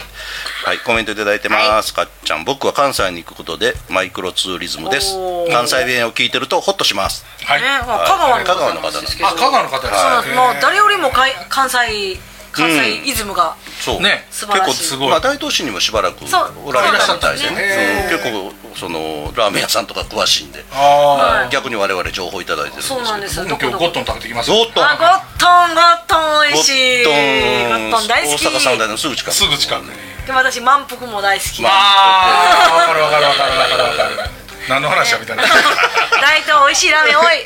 [SPEAKER 3] はいコメントいただいてます、かっちゃん僕は関西に行くことでマイクロツーリズムです
[SPEAKER 2] おー
[SPEAKER 3] 関西弁を聞いてるとホッとします
[SPEAKER 4] はい、
[SPEAKER 2] ね、まあ、
[SPEAKER 3] はい
[SPEAKER 2] 香川の方なんですけど
[SPEAKER 4] あ香川の方ですね
[SPEAKER 2] そうなんですもう誰
[SPEAKER 4] よ
[SPEAKER 2] よりもかい関西関西イズムが、
[SPEAKER 3] そう
[SPEAKER 4] ね
[SPEAKER 2] 素晴らしい
[SPEAKER 3] 結構すごい、まあ、大都市にもしばらく
[SPEAKER 2] そう
[SPEAKER 3] おられたみたいで
[SPEAKER 2] そうなん
[SPEAKER 4] ですね
[SPEAKER 3] ねうん結構そのラーメン屋さんとか詳しいんで
[SPEAKER 4] あ
[SPEAKER 2] はい
[SPEAKER 3] 逆に我々情報いただいてるんですけ
[SPEAKER 2] そう
[SPEAKER 3] ど
[SPEAKER 2] なんです
[SPEAKER 4] あ
[SPEAKER 2] ど
[SPEAKER 4] 僕
[SPEAKER 2] こどこ
[SPEAKER 4] 今日ゴットン食べてきます
[SPEAKER 3] ゴットン
[SPEAKER 2] あゴットンゴットン美味しいゴ
[SPEAKER 3] ゴ
[SPEAKER 2] ッ
[SPEAKER 3] ッ
[SPEAKER 2] ト
[SPEAKER 3] ト
[SPEAKER 2] ン
[SPEAKER 3] ン
[SPEAKER 2] 大好き
[SPEAKER 3] 大阪三大のすぐ近く
[SPEAKER 4] すぐ近くに
[SPEAKER 2] でも私満腹も大好き、
[SPEAKER 4] ああ分かる分かる分かる分かる分かる何の話だ みたいな
[SPEAKER 2] 大東美味しいラーメン多い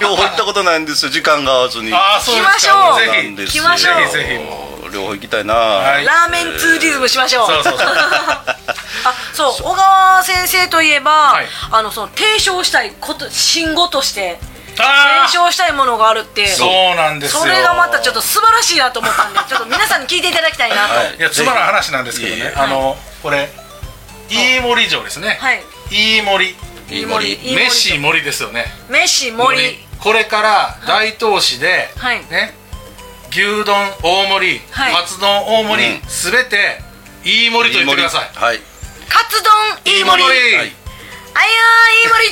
[SPEAKER 3] 両方行ったことないんですよ時間が合わずに
[SPEAKER 4] ああそうですか
[SPEAKER 2] 行きましょう
[SPEAKER 4] ぜ
[SPEAKER 3] な
[SPEAKER 4] ひ
[SPEAKER 3] んです
[SPEAKER 2] 行
[SPEAKER 3] よ
[SPEAKER 2] きましょう
[SPEAKER 4] ぜひぜひ
[SPEAKER 3] 両方行きたいな、
[SPEAKER 4] はい
[SPEAKER 2] ラーメンツーリズムしましょう
[SPEAKER 4] そうそうそう
[SPEAKER 2] あそう小川先生といえば、
[SPEAKER 4] い
[SPEAKER 2] あのその提唱したいこと新語として
[SPEAKER 4] あ
[SPEAKER 2] 提唱したいものがあるって
[SPEAKER 4] そうなんですよ
[SPEAKER 2] それがまたちょっと素晴らしいなと思 ったんでちょっと皆さんに聞いていただきたいなと、
[SPEAKER 3] はい
[SPEAKER 4] いやつまらん話なんですけど
[SPEAKER 3] いえい
[SPEAKER 4] ね
[SPEAKER 3] え
[SPEAKER 4] あのこれ飯森城ですね
[SPEAKER 2] はい
[SPEAKER 4] 飯森
[SPEAKER 3] 飯森
[SPEAKER 2] 飯森
[SPEAKER 4] メッシ森ですよね
[SPEAKER 2] 飯森
[SPEAKER 4] これから大東市で
[SPEAKER 2] はい
[SPEAKER 4] ね牛丼大盛り
[SPEAKER 2] はい
[SPEAKER 4] カツ丼大盛
[SPEAKER 3] う
[SPEAKER 4] りすべて飯森と言ってください
[SPEAKER 3] はい
[SPEAKER 2] カツ丼飯森あやー
[SPEAKER 4] はい
[SPEAKER 2] 飯森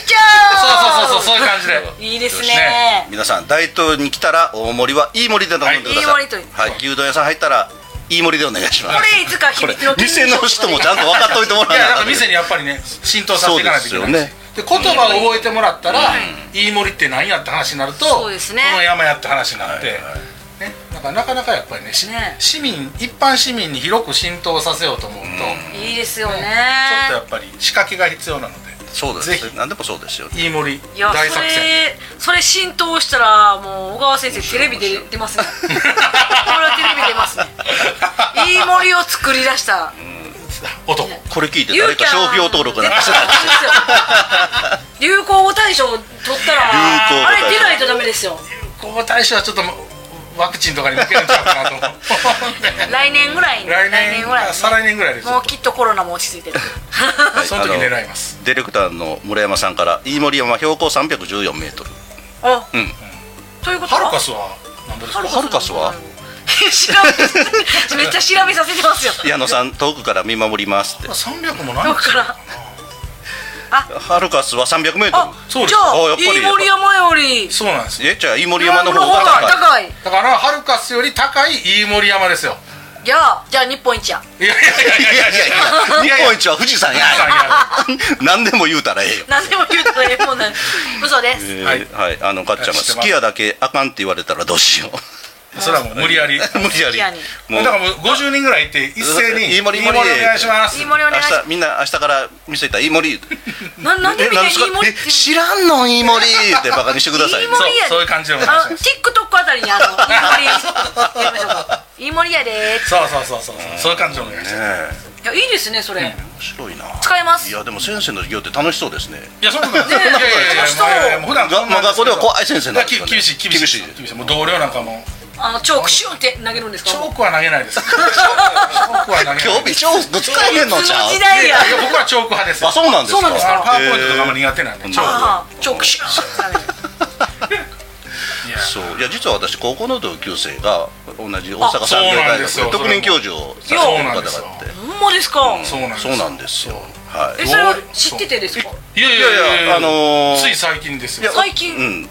[SPEAKER 2] ちゃん
[SPEAKER 4] そうそうそうそうそういう感じで
[SPEAKER 2] いいですね
[SPEAKER 4] ね
[SPEAKER 3] 皆さん大東に来たら大盛りは飯森で頼んでください、
[SPEAKER 2] はい飯森と
[SPEAKER 3] はい、牛丼屋さん入ったら飯森でお願いします
[SPEAKER 2] これいつか秘
[SPEAKER 3] これ
[SPEAKER 2] 密の金
[SPEAKER 3] 店
[SPEAKER 2] 融
[SPEAKER 3] の
[SPEAKER 2] 商品
[SPEAKER 3] 人もちゃんと分かっといてもらわ
[SPEAKER 4] い
[SPEAKER 3] ない
[SPEAKER 4] やだ から
[SPEAKER 3] と
[SPEAKER 4] 店にやっぱりね浸透させていかないといけない
[SPEAKER 3] そうですよね
[SPEAKER 4] で言葉を覚えてもらったら「飯盛りって何や?」って話になると
[SPEAKER 2] そうですね
[SPEAKER 4] この山やって話になって、ね、なんかなかなかやっぱりねし
[SPEAKER 2] ね
[SPEAKER 4] 市民一般市民に広く浸透させようと思うと、ち
[SPEAKER 2] いいですよね
[SPEAKER 4] ょっとやっぱり仕掛けが必要なので
[SPEAKER 3] そうで
[SPEAKER 4] ぜ
[SPEAKER 3] す
[SPEAKER 4] ひ
[SPEAKER 3] ね何でもそうですよね
[SPEAKER 4] 飯盛り
[SPEAKER 2] いや
[SPEAKER 4] 大
[SPEAKER 2] そ
[SPEAKER 4] 作戦
[SPEAKER 2] れそれ浸透したらもう小川先生テレビで出ます ねこれはテレビ出ますね飯森を作り出した
[SPEAKER 4] 男
[SPEAKER 3] これ聞いて
[SPEAKER 2] ユ
[SPEAKER 3] 誰
[SPEAKER 2] ーキ
[SPEAKER 3] か
[SPEAKER 2] ャン
[SPEAKER 3] 商標登録なんかしてたら
[SPEAKER 2] です よ流行語大賞取ったら
[SPEAKER 3] 流行語大賞
[SPEAKER 2] あれ出ないとダメですよ
[SPEAKER 4] こう大使はちょっともワクチンとかに向けるんちゃうかなと思う
[SPEAKER 2] 来年ぐらいに
[SPEAKER 4] 来年
[SPEAKER 2] ぐらいに
[SPEAKER 4] あ再来年ぐらいです
[SPEAKER 2] もうきっとコロナも落ち着いてる
[SPEAKER 3] はい
[SPEAKER 4] その
[SPEAKER 3] あ
[SPEAKER 4] 時狙います
[SPEAKER 3] ディレクターの村山さんから飯森山は標高314メートル
[SPEAKER 2] あ、
[SPEAKER 3] うん
[SPEAKER 2] ということ
[SPEAKER 4] ハ
[SPEAKER 2] は
[SPEAKER 4] ルカスは何ぼですか
[SPEAKER 3] ハルカスは
[SPEAKER 2] 調べ めっちゃ調べさせて ますよ
[SPEAKER 3] 矢野さん遠くから見守りますって
[SPEAKER 4] 300も
[SPEAKER 2] ど
[SPEAKER 4] 何
[SPEAKER 2] っから
[SPEAKER 3] ハルカスは300メート
[SPEAKER 2] あ
[SPEAKER 3] ル
[SPEAKER 4] そうで
[SPEAKER 2] じ
[SPEAKER 4] す
[SPEAKER 2] ゃあ
[SPEAKER 3] あやっぱり
[SPEAKER 2] 飯森山より
[SPEAKER 4] そうなんですよ
[SPEAKER 3] えじゃあ飯森
[SPEAKER 2] 山
[SPEAKER 3] 山
[SPEAKER 2] の
[SPEAKER 3] の
[SPEAKER 2] 方
[SPEAKER 3] 方
[SPEAKER 2] が
[SPEAKER 3] が高い
[SPEAKER 2] 高いい
[SPEAKER 4] だからハルカスより高い飯森山ですよ
[SPEAKER 2] やじゃあ日本一や
[SPEAKER 4] いや
[SPEAKER 3] い
[SPEAKER 4] いや
[SPEAKER 3] や
[SPEAKER 4] い
[SPEAKER 3] い
[SPEAKER 4] や
[SPEAKER 3] やい
[SPEAKER 4] いや
[SPEAKER 3] や
[SPEAKER 4] い
[SPEAKER 3] いや
[SPEAKER 4] や
[SPEAKER 3] 日本一は富士山や
[SPEAKER 4] 富士山
[SPEAKER 3] 何でも言うたらええよ
[SPEAKER 2] 何でも言うとええもんなん嘘です、
[SPEAKER 3] えー
[SPEAKER 4] は
[SPEAKER 3] はいい、あのかっちゃんが
[SPEAKER 4] 知ってます
[SPEAKER 3] 好きやだけあかんって言われたらどうしよう
[SPEAKER 4] それはもう無理やり
[SPEAKER 3] 無理や
[SPEAKER 2] 好きや
[SPEAKER 3] り
[SPEAKER 2] に
[SPEAKER 4] もうだからもう50人ぐらいいて一斉に「
[SPEAKER 3] 飯森
[SPEAKER 4] 飯森お願いします
[SPEAKER 2] 飯」森お
[SPEAKER 3] 明
[SPEAKER 2] 願いし
[SPEAKER 3] 日みんな明日から店行ったら飯森
[SPEAKER 2] ななんでみんな
[SPEAKER 3] 何
[SPEAKER 2] 飯森って
[SPEAKER 3] え知らんの飯森 ってバカにしてください
[SPEAKER 2] 飯
[SPEAKER 3] ね
[SPEAKER 2] 森やで
[SPEAKER 4] そうそういう感じでお願い
[SPEAKER 2] あ
[SPEAKER 4] し
[SPEAKER 2] の
[SPEAKER 4] ます
[SPEAKER 2] TikTok あたりにあの飯森やりましょうか飯森やで
[SPEAKER 4] そうそうそうそうそうそういう感じでお願いします
[SPEAKER 3] え
[SPEAKER 2] ーいやいいですねそれ、
[SPEAKER 3] 面白いな
[SPEAKER 2] 使えます
[SPEAKER 3] いやでも先生の授業って楽しそうですね
[SPEAKER 4] いやそんなことないいやいやいやいや
[SPEAKER 2] そう
[SPEAKER 4] いやいやもう普段
[SPEAKER 3] がまあ学校では怖い先生
[SPEAKER 4] な
[SPEAKER 3] なんん
[SPEAKER 4] で
[SPEAKER 3] ですす
[SPEAKER 4] よ
[SPEAKER 3] よ
[SPEAKER 4] ね
[SPEAKER 3] ね
[SPEAKER 4] 厳しい厳しい
[SPEAKER 3] 厳しい
[SPEAKER 4] 厳しいもう同僚なんかも
[SPEAKER 2] あのチョークシュンって投げるんですか
[SPEAKER 4] チョークは投げないですチョークは投げない
[SPEAKER 3] 興味超ぶつかれへんの
[SPEAKER 2] 普通
[SPEAKER 3] ち
[SPEAKER 2] の
[SPEAKER 3] ゃう
[SPEAKER 2] 時代
[SPEAKER 4] い
[SPEAKER 2] や
[SPEAKER 4] やいや僕はチョーク派ですよ
[SPEAKER 3] あそうなんです
[SPEAKER 2] そうなんです
[SPEAKER 3] か
[SPEAKER 4] あのパワーポイントとかも苦手なんで、
[SPEAKER 3] へー
[SPEAKER 4] チョーク
[SPEAKER 2] ああチョークシュンって投げる
[SPEAKER 4] いや
[SPEAKER 3] そういや実は私高校の同級生が同じ大阪産業
[SPEAKER 4] そうなん
[SPEAKER 3] 大
[SPEAKER 4] で
[SPEAKER 3] 学
[SPEAKER 4] すよ
[SPEAKER 3] で特任教授をされてる方があって
[SPEAKER 2] ほんまですか、
[SPEAKER 4] そうなんです
[SPEAKER 3] そうなんですよは
[SPEAKER 2] え
[SPEAKER 3] い
[SPEAKER 2] それは知っててですか
[SPEAKER 4] いやい
[SPEAKER 3] い
[SPEAKER 4] やいや
[SPEAKER 3] やいやあのー
[SPEAKER 4] つい最近です
[SPEAKER 3] いや
[SPEAKER 4] よ
[SPEAKER 2] 最近
[SPEAKER 3] うん
[SPEAKER 4] うん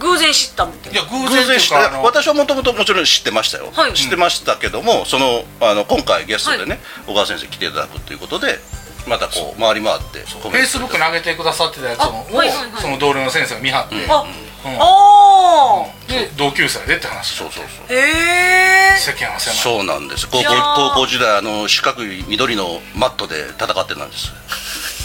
[SPEAKER 2] 偶然知ったみたい
[SPEAKER 4] いや偶
[SPEAKER 3] 偶
[SPEAKER 4] 然とい
[SPEAKER 3] 然
[SPEAKER 4] う
[SPEAKER 3] 知って
[SPEAKER 4] かあの
[SPEAKER 3] 私はもともともちろん知ってましたよ、
[SPEAKER 2] はい
[SPEAKER 3] 知ってましたけどもそのあの今回ゲストでね、小川先生来ていただくということでまたこう回り回ってフ
[SPEAKER 4] フェイスブック投げてくださってたやつも
[SPEAKER 2] あはいはいはい
[SPEAKER 4] をその同僚の先生が見張って、
[SPEAKER 2] な、
[SPEAKER 4] うん
[SPEAKER 2] あ、あー、
[SPEAKER 4] 同級生でって話
[SPEAKER 3] そうそうそう
[SPEAKER 2] ええ
[SPEAKER 4] 世間は狭い
[SPEAKER 3] そうなんです高校
[SPEAKER 2] いやー
[SPEAKER 3] 高校時代あの四角い緑のマットで戦ってたんです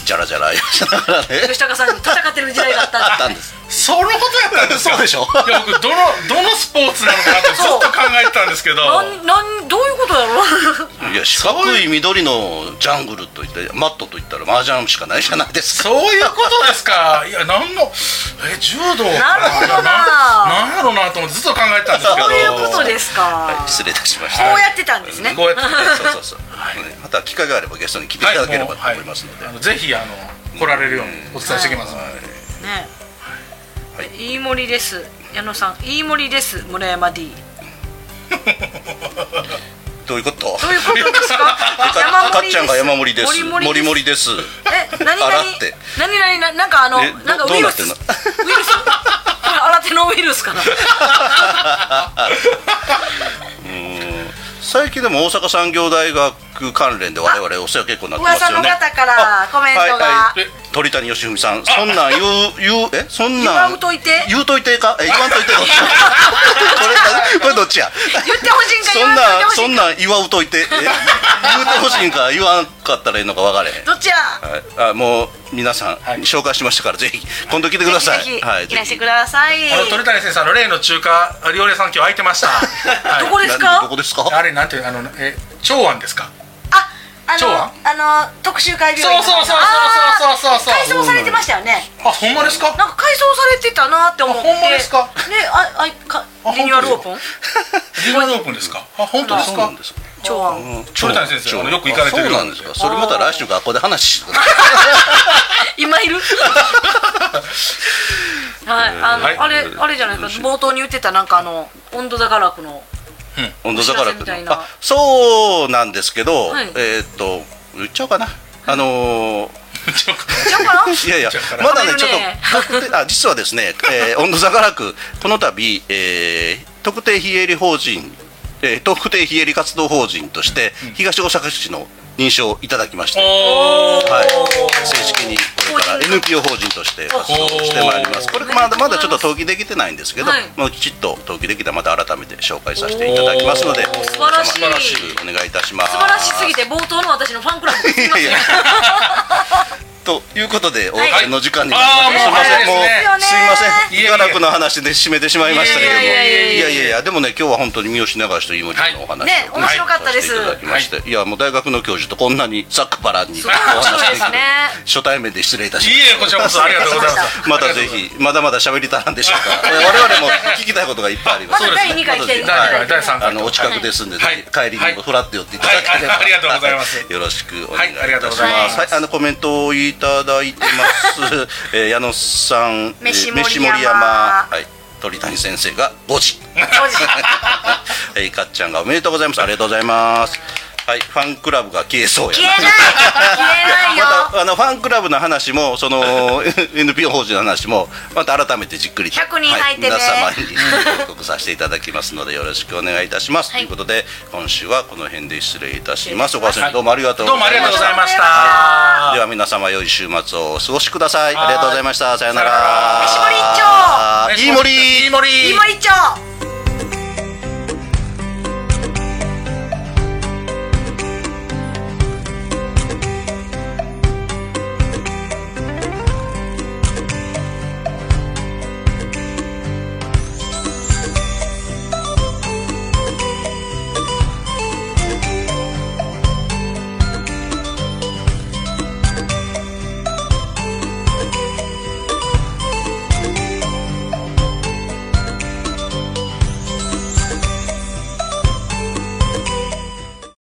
[SPEAKER 3] じゃら じゃら言いましたからね
[SPEAKER 2] 吉高さんに戦ってる時代があったんだ
[SPEAKER 3] あったんです
[SPEAKER 4] そのことやったんですか
[SPEAKER 3] そうでしょ
[SPEAKER 4] いや僕どのどのスポーツなのかなってずっと考えてたんですけど
[SPEAKER 2] なんなんどういうことだろう
[SPEAKER 3] いや四角い緑のジャングルといってマットといったら麻雀しかないじゃないですか
[SPEAKER 4] そういうことですかいや何のえ柔道か
[SPEAKER 2] なるほどな
[SPEAKER 4] 何やろうなと思ってずっと考えてたんですけど
[SPEAKER 2] そういうことですか、
[SPEAKER 3] はい失礼いたしまし
[SPEAKER 2] こ
[SPEAKER 3] た
[SPEAKER 2] うやってたんですね、
[SPEAKER 4] こうやっ て
[SPEAKER 3] そうそうそう、また機会があればゲストに来ていただければと思いますので、
[SPEAKER 4] はいもうはいあのぜひあの来られるようにお伝えしておきますので、
[SPEAKER 2] ね
[SPEAKER 3] はい
[SPEAKER 2] 飯森です矢野さん飯森です村山 D
[SPEAKER 3] どういうこと
[SPEAKER 2] どういうことですか山盛り
[SPEAKER 3] かっ
[SPEAKER 2] です
[SPEAKER 3] ちゃんが山盛りです
[SPEAKER 2] 森盛
[SPEAKER 3] 森
[SPEAKER 2] り
[SPEAKER 3] 森です
[SPEAKER 2] え何々
[SPEAKER 3] 洗って
[SPEAKER 2] 何々ななんかあの
[SPEAKER 3] え
[SPEAKER 2] なんか
[SPEAKER 3] ど
[SPEAKER 2] ウイルス
[SPEAKER 3] どうなってん
[SPEAKER 2] ウイルスこれ新手のウイルスかな
[SPEAKER 3] 最近でも大阪産業大学関連で我々お世話結構になってます
[SPEAKER 2] 噂
[SPEAKER 3] よね
[SPEAKER 2] の方からコメントが、
[SPEAKER 3] はいはい、鳥谷義文さんそんなん言う言うえそんなん
[SPEAKER 2] 言わんといて
[SPEAKER 3] 言うといてかえ言 わんといてどっちこれこれどっちや
[SPEAKER 2] 言ってほしいんか
[SPEAKER 3] そ
[SPEAKER 2] 言わ
[SPEAKER 3] ん
[SPEAKER 2] ない
[SPEAKER 3] な
[SPEAKER 2] ほしい
[SPEAKER 3] そんなん祝うといてえ言うてほしいんか言わんかったらいいのか分かれへん
[SPEAKER 2] どっちや
[SPEAKER 3] はい、あもう皆さん、
[SPEAKER 4] はい
[SPEAKER 3] 紹介しましたからぜひ今度来てください。
[SPEAKER 2] ぜひ
[SPEAKER 3] は
[SPEAKER 2] ぜ
[SPEAKER 3] い、
[SPEAKER 2] ひいらしてください
[SPEAKER 4] あの鳥谷先生あの例の中華料理屋さん今日空い てました、はい
[SPEAKER 2] どこですか
[SPEAKER 3] などこですか？
[SPEAKER 4] あれなんていうあのえ長安ですか
[SPEAKER 2] ああ
[SPEAKER 4] 蝶は
[SPEAKER 2] のあの特集会病
[SPEAKER 4] そう
[SPEAKER 2] 院
[SPEAKER 4] そうそう
[SPEAKER 2] あ
[SPEAKER 4] そうそうそうそう
[SPEAKER 2] ー改装されてましたよね
[SPEAKER 4] あほんまですか
[SPEAKER 2] なんか改装されてたなって思って
[SPEAKER 4] あほんまですか
[SPEAKER 2] ねああか
[SPEAKER 4] あ
[SPEAKER 2] リニューアルオープン
[SPEAKER 4] リニューアルオープンですかあ本当です
[SPEAKER 3] そう
[SPEAKER 4] か
[SPEAKER 3] なんです。
[SPEAKER 2] 長安
[SPEAKER 4] 鳥谷先生あのよく行かれてる
[SPEAKER 3] あそうなんですか。それまた来週学校で話してください。
[SPEAKER 2] 今いるはいあの、
[SPEAKER 4] はい
[SPEAKER 2] あれあれじゃないですか冒頭に言ってたなんかあの温度高楽の
[SPEAKER 3] 温度差か
[SPEAKER 2] お知
[SPEAKER 3] ら
[SPEAKER 2] らせみたいな
[SPEAKER 3] あ、そうなんですけど、
[SPEAKER 2] はい
[SPEAKER 3] えーっと言っちゃおうかな。あのー
[SPEAKER 4] ちょっと
[SPEAKER 2] じゃあかない
[SPEAKER 3] や いや
[SPEAKER 4] 言っちゃうか、ら
[SPEAKER 3] まだね、ち
[SPEAKER 2] 言
[SPEAKER 3] ょ
[SPEAKER 2] われるね
[SPEAKER 3] っと特定、あ、実はですね、えー、温度差が楽、この度、えー、特定非営利法人、えー、特定非営利活動法人として、東大阪市の認証をいただきまして、
[SPEAKER 4] おー
[SPEAKER 3] はい、正式にこれから NPO 法人として活動してまいります。これまだまだちょっと登記できてないんですけど、
[SPEAKER 2] はい
[SPEAKER 3] もうきちっと登記できたらまた改めて紹介させていただきますので、
[SPEAKER 4] おー素
[SPEAKER 2] 晴らしい
[SPEAKER 3] 皆様よろしくお願いいたします。
[SPEAKER 2] 素晴らしすぎて冒頭の私のファンクラブがす
[SPEAKER 3] い
[SPEAKER 2] みま
[SPEAKER 3] やい
[SPEAKER 2] せん。
[SPEAKER 3] やということで、お
[SPEAKER 2] い
[SPEAKER 3] 別れの時間になり
[SPEAKER 4] あー
[SPEAKER 3] ま
[SPEAKER 4] もう
[SPEAKER 3] した。すみません、も
[SPEAKER 2] 早いですすね
[SPEAKER 3] うみません、
[SPEAKER 4] いえいえ
[SPEAKER 3] ガラクの話で締めてしまいましたけれども、い
[SPEAKER 4] いえい
[SPEAKER 3] や
[SPEAKER 4] えいえいえ
[SPEAKER 3] いやいや、でもね、今日は本当に三好流しとイモジのお話を
[SPEAKER 2] ね面白かったです
[SPEAKER 3] させていただきまして、いやもう大学の教授とこんなにざっくばらんにお
[SPEAKER 2] 面
[SPEAKER 3] 話
[SPEAKER 2] 白い
[SPEAKER 3] で
[SPEAKER 2] で
[SPEAKER 3] き
[SPEAKER 2] す
[SPEAKER 3] る
[SPEAKER 2] ね。
[SPEAKER 3] 初対面で失礼いたしま
[SPEAKER 4] い
[SPEAKER 3] した。
[SPEAKER 4] えいえこちらこそありがとうございます
[SPEAKER 3] またぜひまだまだ喋り足らんでしょうか 我々も聞きたいことがいっぱいあります
[SPEAKER 2] まだ第二回来ていた
[SPEAKER 4] だいて
[SPEAKER 3] はい
[SPEAKER 4] 第三回
[SPEAKER 3] あのお近くですんで、
[SPEAKER 4] はい
[SPEAKER 3] ぜひ帰りにもフラッと寄っていただければ、
[SPEAKER 4] はいはいありがとうございます
[SPEAKER 3] よろしくお願いいたします、
[SPEAKER 4] はいありがとうございます
[SPEAKER 3] はいあのコメントをいただいて ます、えー矢野さんえー
[SPEAKER 2] 飯盛山
[SPEAKER 3] 飯盛山はい鳥谷先生が5時
[SPEAKER 2] 当時
[SPEAKER 3] はい、かっちゃんがおめでとうございます。ありがとうございます。はい、ファンクラブが消えそうや
[SPEAKER 2] 消えない消えないよ
[SPEAKER 3] またあのファンクラブの話もその NPO 法人の話もまた改めてじっくりと
[SPEAKER 2] 100人入ってね
[SPEAKER 3] はい、皆様に報告させていただきますのでよろしくお願いいたします、
[SPEAKER 2] はい
[SPEAKER 3] ということで今週はこの辺で失礼いたしますお母さんどうもありがとうご
[SPEAKER 4] どうもあ
[SPEAKER 3] ざ
[SPEAKER 4] り
[SPEAKER 3] い
[SPEAKER 4] が
[SPEAKER 3] ま
[SPEAKER 4] とうご
[SPEAKER 3] した
[SPEAKER 4] ざいまし
[SPEAKER 2] どうも
[SPEAKER 4] た。
[SPEAKER 3] では皆様良い週末をお過ごしくださいありがとうございましたさようなら
[SPEAKER 4] さようなら
[SPEAKER 2] 飯盛り一丁
[SPEAKER 3] いい森
[SPEAKER 4] いい森
[SPEAKER 2] 今一丁